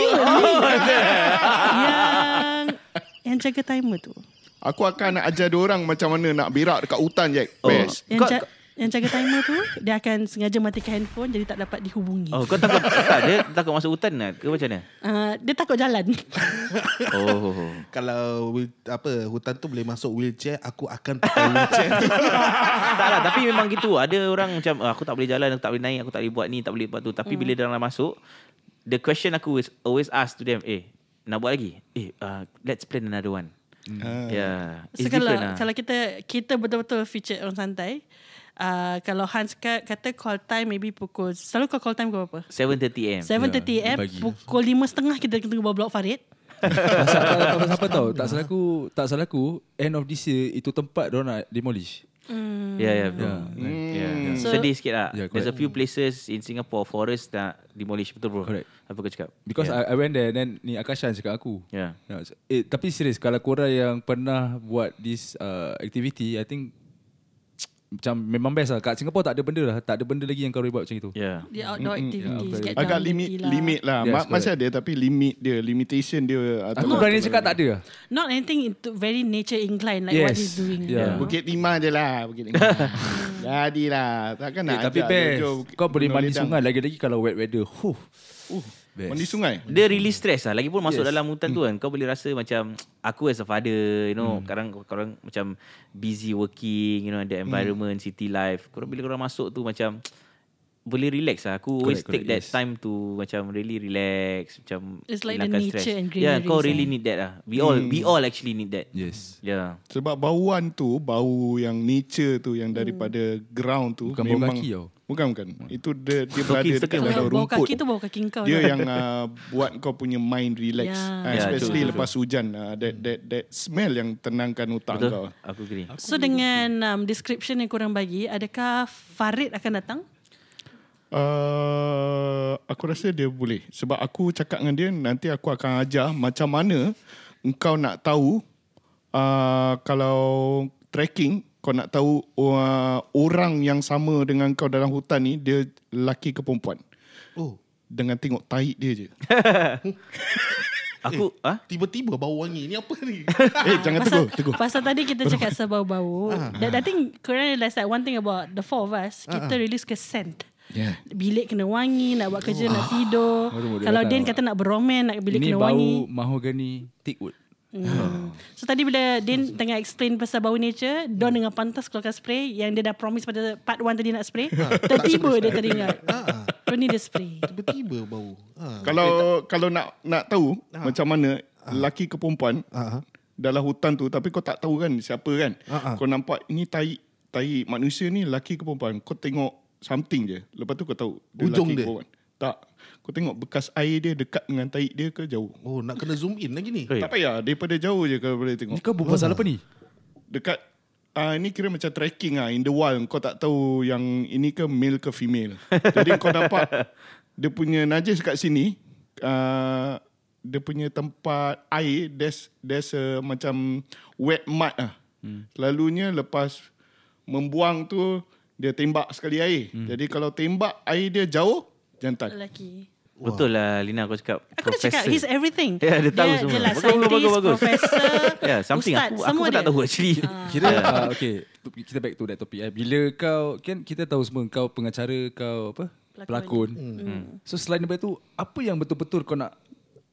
Speaker 7: Ah.
Speaker 2: yang yang jaga timer tu.
Speaker 1: Aku akan nak ajar dia orang macam mana nak berak dekat hutan Jack.
Speaker 7: Oh.
Speaker 1: Best.
Speaker 2: Yang,
Speaker 7: Kau-
Speaker 2: ja- yang jaga timer tu, dia akan sengaja matikan handphone jadi tak dapat dihubungi.
Speaker 7: Oh kau takut tak, Dia takut masuk hutan lah Ke macam mana?
Speaker 2: Uh, dia takut jalan.
Speaker 7: Oh
Speaker 4: Kalau wheel- apa hutan tu boleh masuk wheelchair, aku akan pakai wheelchair tu.
Speaker 7: Tak lah Tapi memang gitu Ada orang macam "Ah, Aku tak boleh jalan Aku tak boleh naik Aku tak boleh buat ni Tak boleh buat tu Tapi bila dia orang dah masuk The question aku is Always ask to them Eh nak buat lagi? Eh uh, let's plan another one Yeah
Speaker 2: so
Speaker 7: It's
Speaker 2: kalau,
Speaker 7: different
Speaker 6: ah.
Speaker 7: lah
Speaker 2: kalau kita kita betul-betul feature orang santai, uh, kalau Hans ka- kata call time maybe pukul, selalu kau call time pukul berapa?
Speaker 7: 7.30am
Speaker 2: 7.30
Speaker 6: Ya,
Speaker 2: am,
Speaker 6: pagi.
Speaker 2: pukul 5.30 kita kena buat blog Farid.
Speaker 6: Tak, tak, tak, tak, apa tahu tak salah aku tak salah aku end of this year itu tempat dia nak demolish
Speaker 1: Hmm.
Speaker 7: Yeah yeah bro.
Speaker 6: yeah.
Speaker 2: Hmm.
Speaker 6: Ya,
Speaker 7: Yeah.
Speaker 2: So-
Speaker 7: Sedih sikit lah
Speaker 6: Yeah,
Speaker 7: ya, There's a few places In Singapore Forest nak demolish Betul bro
Speaker 6: Correct.
Speaker 7: Apa kau cakap Ya.
Speaker 6: because
Speaker 7: yeah.
Speaker 6: yeah. I, I went there then ni Akashan cakap aku
Speaker 7: Yeah.
Speaker 6: yeah. Eh, tapi serius kalau korang yang pernah buat this uh, activity I think macam memang best lah kat Singapore tak ada benda lah tak ada benda lagi yang kau boleh buat macam itu
Speaker 7: Yeah
Speaker 2: The outdoor activities.
Speaker 6: outdoor
Speaker 2: get down
Speaker 1: Agak limit
Speaker 2: dirty
Speaker 1: lah. limit lah.
Speaker 6: Yes,
Speaker 1: Ma- masih ada tapi limit dia, limitation dia
Speaker 6: aku berani cakap tak ada lah
Speaker 2: Not anything into very nature inclined like what
Speaker 6: yes
Speaker 2: he's doing.
Speaker 6: yeah.
Speaker 7: Yeah.
Speaker 1: Bukit Timah je lah Bukit Timah Jadilah Takkan
Speaker 6: Eh,
Speaker 1: nak
Speaker 6: tapi
Speaker 1: ajak dia,
Speaker 6: best
Speaker 1: "Jom,
Speaker 6: kau boleh mandi
Speaker 1: Noledang."
Speaker 6: sungai lagi-lagi kalau wet weather huh. uh, best
Speaker 1: Mandi sungai
Speaker 7: Dia really stress lah Lagipun masuk yes. dalam hutan tu kan
Speaker 6: Hmm.
Speaker 7: Kau boleh rasa macam Aku as a father You know Sekarang korang macam Busy working You know The
Speaker 6: Hmm.
Speaker 7: environment City life korang, Bila korang masuk tu macam Boleh relax lah Aku always
Speaker 6: Correct,
Speaker 7: take
Speaker 6: correct,
Speaker 7: that
Speaker 6: yes.
Speaker 7: time to Macam really relax Macam
Speaker 2: It's like the
Speaker 7: hilangkan
Speaker 2: nature
Speaker 7: stress.
Speaker 2: and
Speaker 7: Yeah
Speaker 2: greeneries,
Speaker 7: kau really
Speaker 2: eh.
Speaker 7: need that lah We all We all actually need that
Speaker 6: Hmm. yes
Speaker 7: Yeah
Speaker 1: Sebab bauan tu Bau yang nature tu Yang daripada ground tu
Speaker 6: Hmm. Bukan bau
Speaker 1: memang,
Speaker 6: kaki tau. Hmm.
Speaker 1: Bukan bukan Itu dia, dia
Speaker 7: Stoking,
Speaker 1: berada dekat
Speaker 7: stoking.
Speaker 1: dalam
Speaker 2: Kalau bau
Speaker 1: rumput
Speaker 2: kaki tu bau kaki kau.
Speaker 1: dia
Speaker 2: tau.
Speaker 1: yang uh, buat kau punya mind
Speaker 2: Ya.
Speaker 1: relax yeah.
Speaker 2: Ya,
Speaker 1: especially
Speaker 7: true, true,
Speaker 1: lepas hujan uh, that that that smell yang tenangkan otak
Speaker 7: Betul
Speaker 1: kau
Speaker 2: lah.
Speaker 7: Aku agree
Speaker 2: So dengan um, description yang korang bagi, adakah Farid akan datang?
Speaker 1: Uh, aku rasa dia boleh sebab aku cakap dengan dia nanti aku akan ajar macam mana engkau nak tahu uh, kalau trekking kau nak tahu uh, orang yang sama dengan kau dalam hutan ni dia lelaki ke perempuan.
Speaker 8: Oh,
Speaker 1: Dengan tengok tahi dia je.
Speaker 7: Aku
Speaker 2: Eh.
Speaker 7: ah
Speaker 8: tiba-tiba bau wangi. Ni apa ni?
Speaker 1: eh jangan
Speaker 2: pasal,
Speaker 1: tegur, tegur.
Speaker 2: Pasal tadi kita cakap sebau-bau. That, I think korang realise that one thing about the four of us, kita release ke scent.
Speaker 1: Yeah.
Speaker 2: Bilik kena wangi, nak buat kerja,
Speaker 7: Ah.
Speaker 2: nak tidur.
Speaker 6: Baru boleh
Speaker 2: Kalau
Speaker 6: datang.
Speaker 2: Dan kata nak berroman, nak bilik
Speaker 6: ini
Speaker 2: kena
Speaker 6: bau
Speaker 2: wangi. Hmm.
Speaker 6: mahogany teakwood
Speaker 7: Ah.
Speaker 2: So tadi bila Din tengah explain pasal bau nature, Don dengan pantas keluarkan spray yang dia dah promise pada part 1 tadi nak Ah, spray. Ah. Tiba-tiba dia teringat. Lepas ni dia spray.
Speaker 8: Tiba-tiba bau. Ha.
Speaker 1: Kalau kalau nak nak tahu macam mana lelaki ke perempuan
Speaker 8: Ah, ah.
Speaker 1: dalam hutan tu tapi kau tak tahu kan siapa kan.
Speaker 8: Ah, ah.
Speaker 1: Kau nampak ini tai tai manusia ni lelaki ke perempuan. Kau tengok something je. Lepas tu kau tahu
Speaker 8: Ujung
Speaker 1: lelaki ke
Speaker 8: dia?
Speaker 1: perempuan. Tak. Kau tengok bekas air dia dekat dengan tai dia ke jauh.
Speaker 8: Oh, nak kena zoom in lagi ni.
Speaker 7: Eh.
Speaker 1: Tak payah daripada jauh je kau boleh tengok.
Speaker 6: Ni kau buat pasal apa ni?
Speaker 1: Dekat Ah uh, ini kira macam tracking ah in the wild kau tak tahu yang ini ke male ke female. Jadi kau nampak dia punya najis kat sini uh, dia punya tempat air there's there's a, macam wet mud ah. Hmm. Selalunya lepas membuang tu dia tembak sekali air. Hmm. Jadi kalau tembak air dia jauh jantan.
Speaker 2: Lelaki.
Speaker 7: Betul lah Lina kau cakap
Speaker 2: Aku dah cakap he's everything.
Speaker 7: Ya, dia tahu semua.
Speaker 2: Dia lah
Speaker 7: Bagus,
Speaker 2: scientist,
Speaker 7: bagus, bagus.
Speaker 2: professor,
Speaker 7: yeah, something
Speaker 2: ustaz,
Speaker 7: aku, aku
Speaker 2: semua
Speaker 7: pun tak
Speaker 2: dia. Ah.
Speaker 7: tahu actually.
Speaker 6: Kira uh, okay, tu- kita back to that topic eh. Bila kau kan kita tahu semua kau pengacara, kau apa?
Speaker 2: Pelakon.
Speaker 6: Pelakon. Hmm. So selain daripada tu, apa yang betul-betul kau nak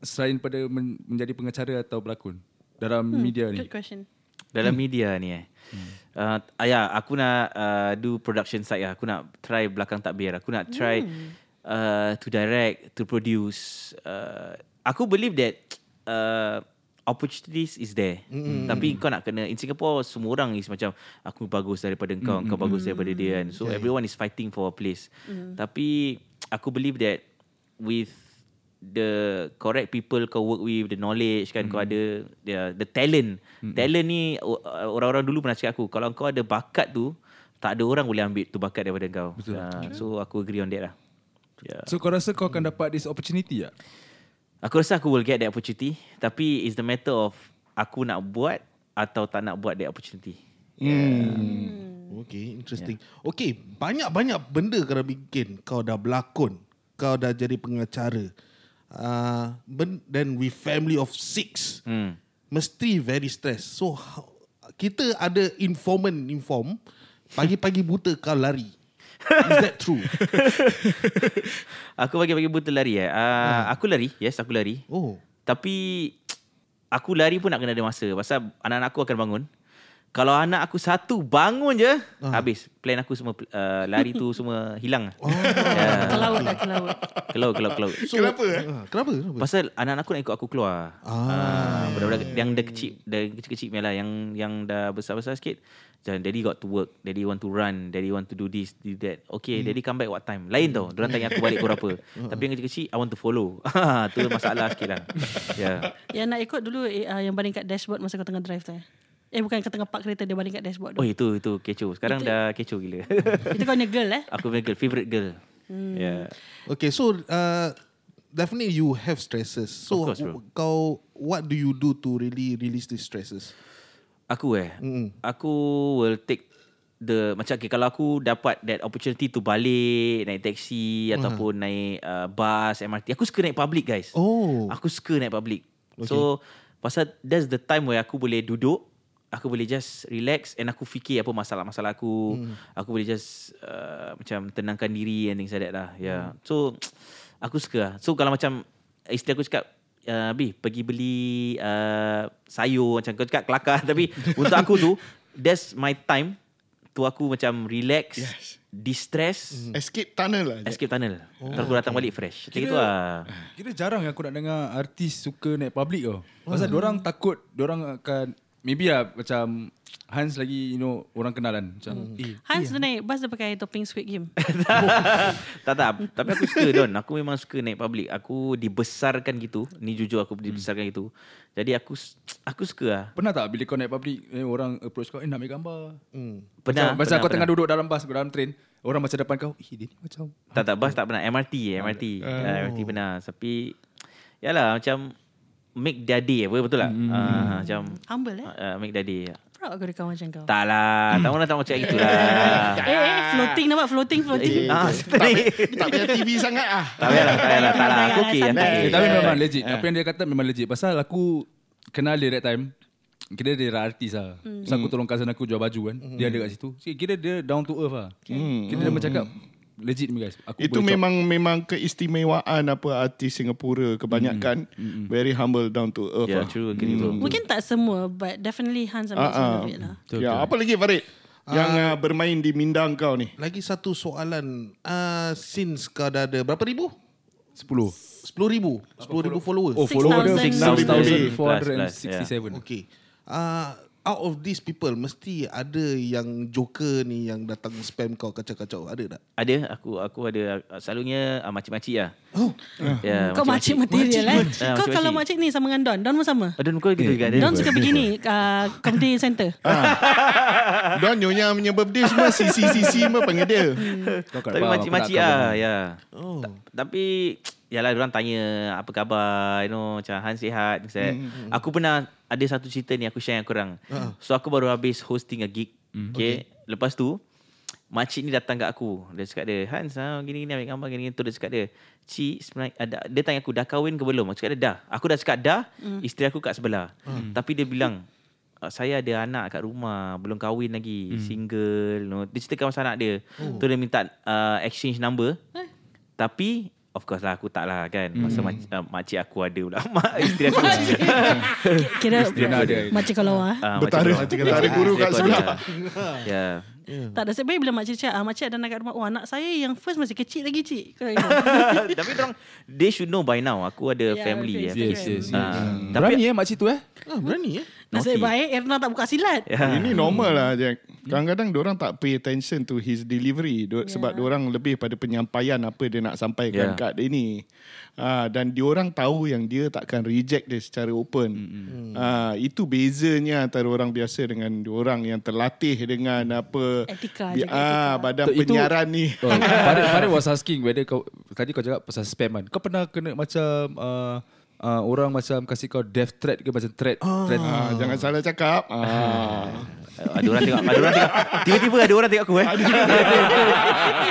Speaker 6: selain daripada men- menjadi pengacara atau pelakon dalam hmm. media ni?
Speaker 2: Good question.
Speaker 7: Dalam media ni eh. Hmm. Uh, ayah, aku nak uh, do production side lah. Aku nak try belakang takbir. Aku nak try uh, to direct, to produce. Uh, aku believe that uh, opportunities is there. Mm. Tapi kau nak kena in Singapore semua orang is macam aku bagus daripada kau, kau bagus daripada dia kan. So everyone is fighting for a place. Tapi aku believe that with the correct people kau work with the knowledge kan kau ada the, the talent talent ni o- uh, orang-orang dulu pernah cakap aku kalau kau ada bakat tu tak ada orang boleh ambil tu bakat daripada kau Betul. so aku agree on that lah yeah.
Speaker 6: So kau rasa kau akan dapat this opportunity tak?
Speaker 7: aku rasa aku will get that opportunity tapi it's the matter of aku nak buat atau tak nak buat that opportunity
Speaker 8: Okay, interesting.
Speaker 7: Ya.
Speaker 8: Yeah. Okay, banyak-banyak benda kau dah bikin. Kau dah berlakon. Kau dah jadi pengacara. Uh, ben, then we family of six. Hmm. Mesti very stress. So, how- kita ada informant inform. Pagi-pagi buta kau lari. Is that true?
Speaker 7: aku bagi-bagi buta lari eh uh, aku lari yes aku lari
Speaker 8: Oh.
Speaker 7: Tapi aku lari pun nak kena ada masa. Pasal anak-anak aku akan bangun. Kalau anak aku satu bangun je, habis. Plan aku semua uh, lari tu semua hilang. Ah. Oh.
Speaker 2: Ke laut lah, ke laut.
Speaker 7: Keluar, keluar, keluar.
Speaker 8: So, kenapa? Uh, kenapa? Kenapa?
Speaker 7: Pasal anak-anak aku nak ikut aku keluar. Ah, budak-budak yang dah kecil, dah kecil-kecil punya lah yang yang dah besar-besar sikit. Macam daddy got to work, daddy want to run, daddy want to do this, do that. Okay, daddy come back what time? Lain tau. Diorang tanya aku balik pukul berapa. Tapi yang kecil-kecil I want to follow. tu masalah sikit lah. Yeah.
Speaker 2: Yang nak ikut dulu eh, ah, yang baring kat dashboard masa kau tengah drive tu eh. Eh bukan kau tengah park kereta dia baring kat dashboard tu.
Speaker 7: Oh itu itu kecoh. Sekarang
Speaker 2: Itu-
Speaker 7: dah kecoh gila.
Speaker 2: Itu kau punya girl eh.
Speaker 7: aku punya girl favorite girl. Hmm. Yeah.
Speaker 8: Okay, so uh, definitely you have stresses. So,
Speaker 7: Of course, bro.
Speaker 8: kau what do you do to really release these stresses?
Speaker 7: Aku eh.
Speaker 8: Mm-mm.
Speaker 7: Aku will take the macam okay, kalau aku dapat that opportunity to balik naik taxi ataupun naik uh, bus MRT aku suka naik public guys.
Speaker 8: Oh.
Speaker 7: Aku suka naik public. Okay. So pasal that's the time where aku boleh duduk Aku boleh just relax and aku fikir apa masalah-masalah aku. Hmm. Aku boleh just uh, macam tenangkan diri and things like that lah. Yeah. Hmm. So aku suka. lah. So kalau macam isteri aku cakap uh, Bi pergi beli uh, sayur macam kau cakap kelakar tapi untuk aku tu that's my time tu aku macam relax, yes.
Speaker 1: Yes.
Speaker 7: distress,
Speaker 1: Escape tunnel lah. Jack.
Speaker 7: escape tunnel. Oh, Terus aku datang balik fresh. Macam
Speaker 6: Kira-
Speaker 7: itu lah.
Speaker 6: Kira jarang aku nak dengar artis suka naik public tau. Pasal orang takut orang akan maybe lah macam Hans lagi you know orang kenalan macam eh,
Speaker 2: Hans tu naik bas dia pakai topping Squid Game.
Speaker 7: tak tak tapi aku suka Don aku memang suka naik public aku dibesarkan gitu ni jujur aku dibesarkan gitu jadi aku s- aku suka lah
Speaker 6: Pernah tak bila kau naik public eh, orang approach kau eh nak ambil gambar? Hmm.
Speaker 7: pernah
Speaker 6: macam, macam
Speaker 7: pernah,
Speaker 6: kau tengah
Speaker 7: pernah.
Speaker 6: duduk dalam bas, dalam train, orang macam depan kau, eh dia ni macam
Speaker 7: tak tak bus tak pernah MRT eh, MRT
Speaker 6: Oh.
Speaker 7: Ah, MRT pernah tapi yalah macam make their day apa betul tak
Speaker 6: Hmm.
Speaker 7: Ah, macam
Speaker 2: Humble eh.
Speaker 7: ah, make their day
Speaker 2: Proud aku ada kawan macam kau.
Speaker 7: tak lah tak orang tak macam gitu lah
Speaker 2: Eh, eh, floating nampak floating floating.
Speaker 7: ah, tak
Speaker 1: Tak payah TV sangat ah.
Speaker 7: payah lah tak payah lah tak lah aku okay aku
Speaker 2: Santai.
Speaker 6: Eh,
Speaker 7: okay.
Speaker 6: tapi memang legit. Apa yang dia kata memang legit. Pasal aku kenal dia that time. Kira dia dah artis lah. Mm. aku tolong cousin aku jual baju kan. Dia ada kat situ. So, Kira dia down to earth lah. Kira dia macam cakap legit ni guys. Aku
Speaker 1: Itu
Speaker 6: boleh
Speaker 1: memang memang keistimewaan apa artis Singapura kebanyakan very humble down to earth.
Speaker 7: yeah
Speaker 1: lah.
Speaker 7: Ya, true agree bro
Speaker 2: Mungkin tak semua but definitely Hans ambil
Speaker 1: Ah,
Speaker 2: some
Speaker 1: ah.
Speaker 2: of it lah.
Speaker 1: Ya, apa lagi Farid? Yang ah, bermain di Mindang kau ni.
Speaker 8: Ah, Lagi satu soalan uh, Since kau dah ada Berapa ribu?
Speaker 6: 10.
Speaker 8: 10,000 10,000 followers
Speaker 6: Oh, follower dia
Speaker 7: 6,000.
Speaker 6: 6,467.
Speaker 8: Okay. Uh, out of these people, mesti ada yang joker ni yang datang spam kau kacau-kacau. Ada tak?
Speaker 7: Ada aku aku ada ah, selalunya ah, makcik-makcik lah.
Speaker 8: Oh.
Speaker 7: Ya,
Speaker 2: Kau makcik material eh.
Speaker 7: Ah,
Speaker 2: Kau
Speaker 7: makcik-makcik.
Speaker 2: kalau makcik ni sama dengan Don. Don pun sama.
Speaker 7: Adun kau gitu juga ada.
Speaker 2: Don suka begini uh, Community center
Speaker 1: Don Nyonya punya birthday semua CCCC semua panggil dia.
Speaker 6: Kau kat
Speaker 7: Tapi
Speaker 6: faham,
Speaker 7: makcik-makcik
Speaker 6: aku tak
Speaker 7: lah
Speaker 6: faham.
Speaker 7: ya.
Speaker 8: Oh.
Speaker 7: Tapi Yalah orang tanya Apa khabar You know Macam Han sihat mm, Aku pernah Ada satu cerita ni Aku share dengan korang So aku baru habis Hosting a gig okay. Lepas tu Makcik ni datang kat aku Dia cakap dia Hans ha, Gini-gini ambil gambar Gini-gini tu dia cakap dia Cik sebenarnya ada, Dia tanya aku Dah kahwin ke belum Aku cakap dia dah Aku dah cakap dah mm. Isteri aku kat sebelah Tapi dia bilang "Ah, saya ada anak kat rumah belum kahwin lagi
Speaker 6: Hmm.
Speaker 7: single no. dia ceritakan pasal anak dia
Speaker 6: Oh.
Speaker 7: tu dia minta uh, exchange number
Speaker 2: Eh?
Speaker 7: tapi Of course lah aku tak lah kan
Speaker 6: Hmm.
Speaker 7: Masa mm. makcik, uh, makcik aku ada pula Mak isteri aku ada
Speaker 2: Kira
Speaker 6: Dia ada.
Speaker 2: Makcik kalau ah.
Speaker 7: uh,
Speaker 1: Betara, betara guru kat sebelah.
Speaker 7: Ya
Speaker 2: Tak nasib baik bila makcik cakap ah, Makcik ada anak kat rumah Oh anak saya yang first masih kecil lagi cik Kau ingat?
Speaker 7: Tapi orang They should know by now Aku ada
Speaker 2: Yeah,
Speaker 7: family
Speaker 2: Ya, okay,
Speaker 6: Yes, yes, yes.
Speaker 7: Ah, Tapi
Speaker 6: Berani eh makcik tu eh?
Speaker 8: Ah, berani eh?
Speaker 2: Nasib
Speaker 7: Naughty.
Speaker 2: baik Erna tak buka silat
Speaker 7: Ya.
Speaker 1: Ini normal lah Jack. Kadang-kadang orang tak pay attention to his delivery yeah. sebab orang lebih pada penyampaian apa dia nak sampaikan
Speaker 6: Ya.
Speaker 7: Yeah.
Speaker 1: yeah. kat dia ni. Ah dan orang tahu yang dia takkan reject dia secara open.
Speaker 6: Hmm,
Speaker 1: Mm-hmm. Ah itu bezanya antara orang biasa dengan orang yang terlatih dengan apa
Speaker 2: Etika,
Speaker 1: bi-
Speaker 2: jaga
Speaker 1: ah
Speaker 2: etika.
Speaker 1: badan
Speaker 6: Itu- itu-
Speaker 1: penyiaran ni.
Speaker 6: Oh, Farid, Farid was asking whether kau tadi kau cakap pasal spam kan. Kau pernah kena macam uh, uh, orang macam kasih kau death threat ke macam threat threat.
Speaker 1: Ah jangan salah cakap. Ah
Speaker 7: Ada orang tengok Ada orang tengok Tiba-tiba ada orang tengok aku eh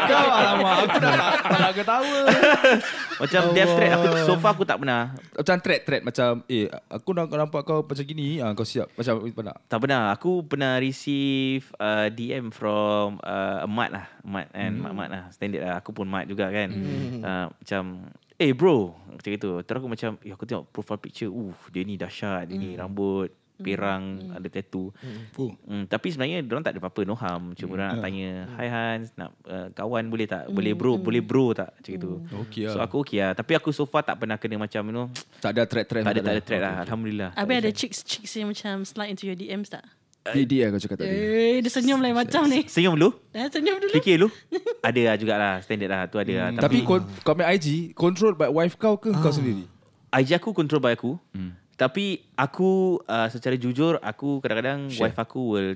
Speaker 6: kau alamak aku dah tak, tak nak ketawa.
Speaker 7: Macam death threat aku, So far aku tak pernah
Speaker 6: Macam threat threat macam eh aku nak nampak kau macam gini ah kau siap macam apa nak.
Speaker 7: Tak pernah. Aku pernah receive uh, DM from uh, Mat lah. Mat kan. Mm. Mat-mat lah. Standard lah. Aku pun Mat juga kan. Uh, macam, eh hey, bro. Macam itu. Terus aku macam, eh, aku tengok profile picture. Uh, dia ni dahsyat. Dia ni rambut. Pirang. Ada tattoo.
Speaker 1: Fuh.
Speaker 7: Mm, tapi sebenarnya orang tak ada apa-apa. No harm. Cuma orang nak
Speaker 6: Hmm.
Speaker 7: tanya, Hi Hans. Nak, uh, kawan boleh tak? Boleh bro? Boleh bro tak? Macam itu.
Speaker 6: Okey
Speaker 7: So
Speaker 6: lah.
Speaker 7: aku okey lah. Tapi aku so far tak pernah kena macam, you know.
Speaker 6: Tak ada threat threat.
Speaker 7: Tak ada, tak ada threat lah. Alhamdulillah.
Speaker 2: Habis ada chicks-chicks yang macam Slide into your DMs tak
Speaker 6: PD lah kau cakap tadi.
Speaker 2: Eh dia senyum lain macam ni
Speaker 7: Senyum dulu.
Speaker 2: Eh senyum dulu
Speaker 7: Fikir lu Ada lah jugalah Standard lah Tu ada lah
Speaker 6: Hmm.
Speaker 7: Tapi,
Speaker 6: Tapi kon- kau main IG control by wife kau ke
Speaker 1: Ah.
Speaker 6: kau sendiri?
Speaker 7: IG aku control by aku Tapi Aku uh, Secara jujur Aku kadang-kadang
Speaker 6: Share.
Speaker 7: Wife aku will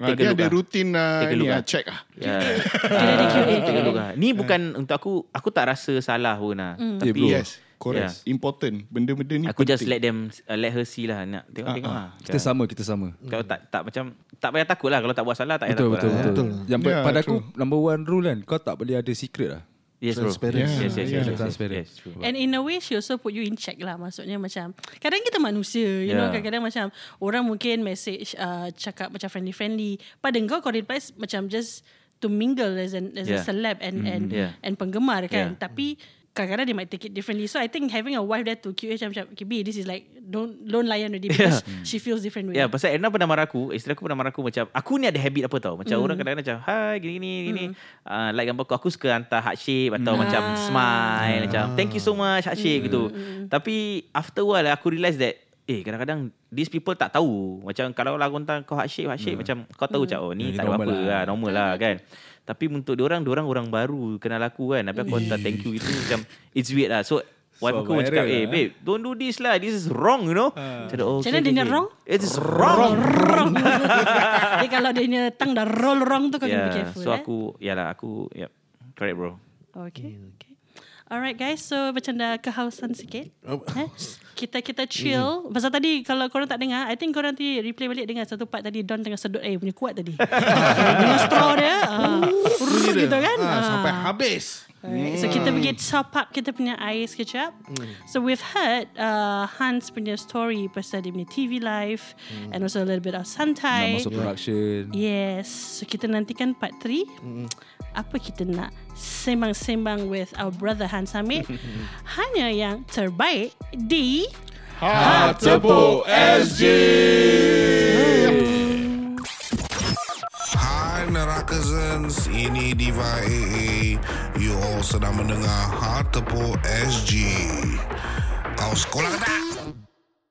Speaker 1: Ah,
Speaker 7: Take a
Speaker 1: dia
Speaker 7: look
Speaker 1: ada
Speaker 7: lah.
Speaker 1: rutin ah,
Speaker 7: Take a
Speaker 1: ni
Speaker 7: look
Speaker 1: ah,
Speaker 7: lah.
Speaker 1: check ah.
Speaker 7: Ya.
Speaker 2: Kira dia QA.
Speaker 7: Ah, Take a look lah Ni bukan untuk aku Aku tak rasa salah pun lah Tapi
Speaker 6: bro.
Speaker 1: Yes, correct. Important. Benda-benda ni
Speaker 7: Aku just
Speaker 1: penting.
Speaker 7: let them uh, Let her see lah Nak tengok-tengok lah
Speaker 6: Kita sama kita sama.
Speaker 7: Kalau tak tak macam Tak payah takut lah Kalau tak buat salah Tak payah
Speaker 6: Betul
Speaker 7: takut
Speaker 6: betul
Speaker 7: lah
Speaker 6: betul. Yang
Speaker 1: Ya,
Speaker 6: pada aku
Speaker 1: true.
Speaker 6: number one rule kan kau tak boleh ada secret lah.
Speaker 7: Yes bro
Speaker 8: Transparent.
Speaker 7: Yes yes yes,
Speaker 1: Yeah,
Speaker 7: yes, yes,
Speaker 6: transparent.
Speaker 7: yes, true.
Speaker 2: And in a way she also put you in check lah Maksudnya macam Kadang kita manusia You
Speaker 7: Yeah.
Speaker 2: know kadang-kadang macam Orang mungkin message uh, Cakap macam friendly-friendly Pada engkau kau reply s- Macam just To mingle as, an, as
Speaker 7: Yeah. Mm-hmm.
Speaker 2: a celeb And and
Speaker 7: Yeah.
Speaker 2: and penggemar kan
Speaker 7: Yeah.
Speaker 2: Tapi Kadang-kadang they might take it differently So I think having a wife there to QH Macam okay, B, this is like Don't don't layan already Because she feels different way
Speaker 7: Ya, yeah, pasal Erna pernah marah aku, isteri aku pernah marah aku macam aku ni ada habit apa tau.
Speaker 2: Hmm.
Speaker 7: Macam orang kadang-kadang macam hai gini gini gini. Ah, like gambar aku aku suka hantar heart shape
Speaker 2: Hmm.
Speaker 7: atau macam
Speaker 2: Ah.
Speaker 7: smile macam thank you so much heart shape gitu.
Speaker 2: hmm.
Speaker 7: Tapi after a while aku realise that eh kadang-kadang these people tak tahu. Macam kalau lah aku hantar kau heart shape heart shape macam
Speaker 2: Hmm.
Speaker 7: kau tahu macam oh ni
Speaker 6: Ini
Speaker 7: tak ada
Speaker 6: normal
Speaker 7: apa
Speaker 6: lah.
Speaker 7: lah, normal lah kan. Tapi untuk diorang, diorang orang baru kenal aku kan. Tapi aku hantar thank you
Speaker 2: Hmm.
Speaker 7: gitu macam it's weird lah. So
Speaker 6: So,
Speaker 7: Wife aku macam cakap,
Speaker 6: viral
Speaker 7: eh
Speaker 6: lah, Ah.
Speaker 7: babe, don't do this lah. This is wrong, you know. Macam, oh,
Speaker 2: Macam mana dia nak wrong?
Speaker 7: It's wrong.
Speaker 2: wrong. Dia kalau dia punya tang dah roll wrong tu kau kena be
Speaker 7: Yeah,
Speaker 2: careful.
Speaker 7: so
Speaker 2: eh.
Speaker 7: aku, yalah aku, yep, correct bro.
Speaker 2: Okay.
Speaker 8: Hmm.
Speaker 2: okay. Alright guys, so macam dah kehausan sikit.
Speaker 8: Oh.
Speaker 2: Eh? Kita kita chill.
Speaker 8: Hmm.
Speaker 2: Pasal tadi kalau korang tak dengar, I think korang nanti replay balik dengan satu part tadi Don tengah sedut air punya kuat tadi. dengan straw dia. ah,
Speaker 8: Bunyi dia.
Speaker 2: gitu kan?
Speaker 8: Ah,
Speaker 2: Ah.
Speaker 8: sampai Hmm. habis.
Speaker 2: Alright, So kita pergi top up kita punya air sekejap.
Speaker 8: Hmm.
Speaker 2: So we've heard uh, Hans punya story pasal dia punya TV live
Speaker 8: Hmm.
Speaker 2: and also a little bit of
Speaker 6: Nak
Speaker 2: santai.
Speaker 6: masuk production.
Speaker 2: Yes. So kita nantikan part 3. Apa kita nak sembang-sembang with our brother Hans Hamid. Hanya yang terbaik di...
Speaker 1: Hard SG.
Speaker 2: Hmm.
Speaker 5: Hard
Speaker 9: Nerakazans Ini Diva AA You all sedang mendengar Hard Tepuk SG Kau sekolah ke tak?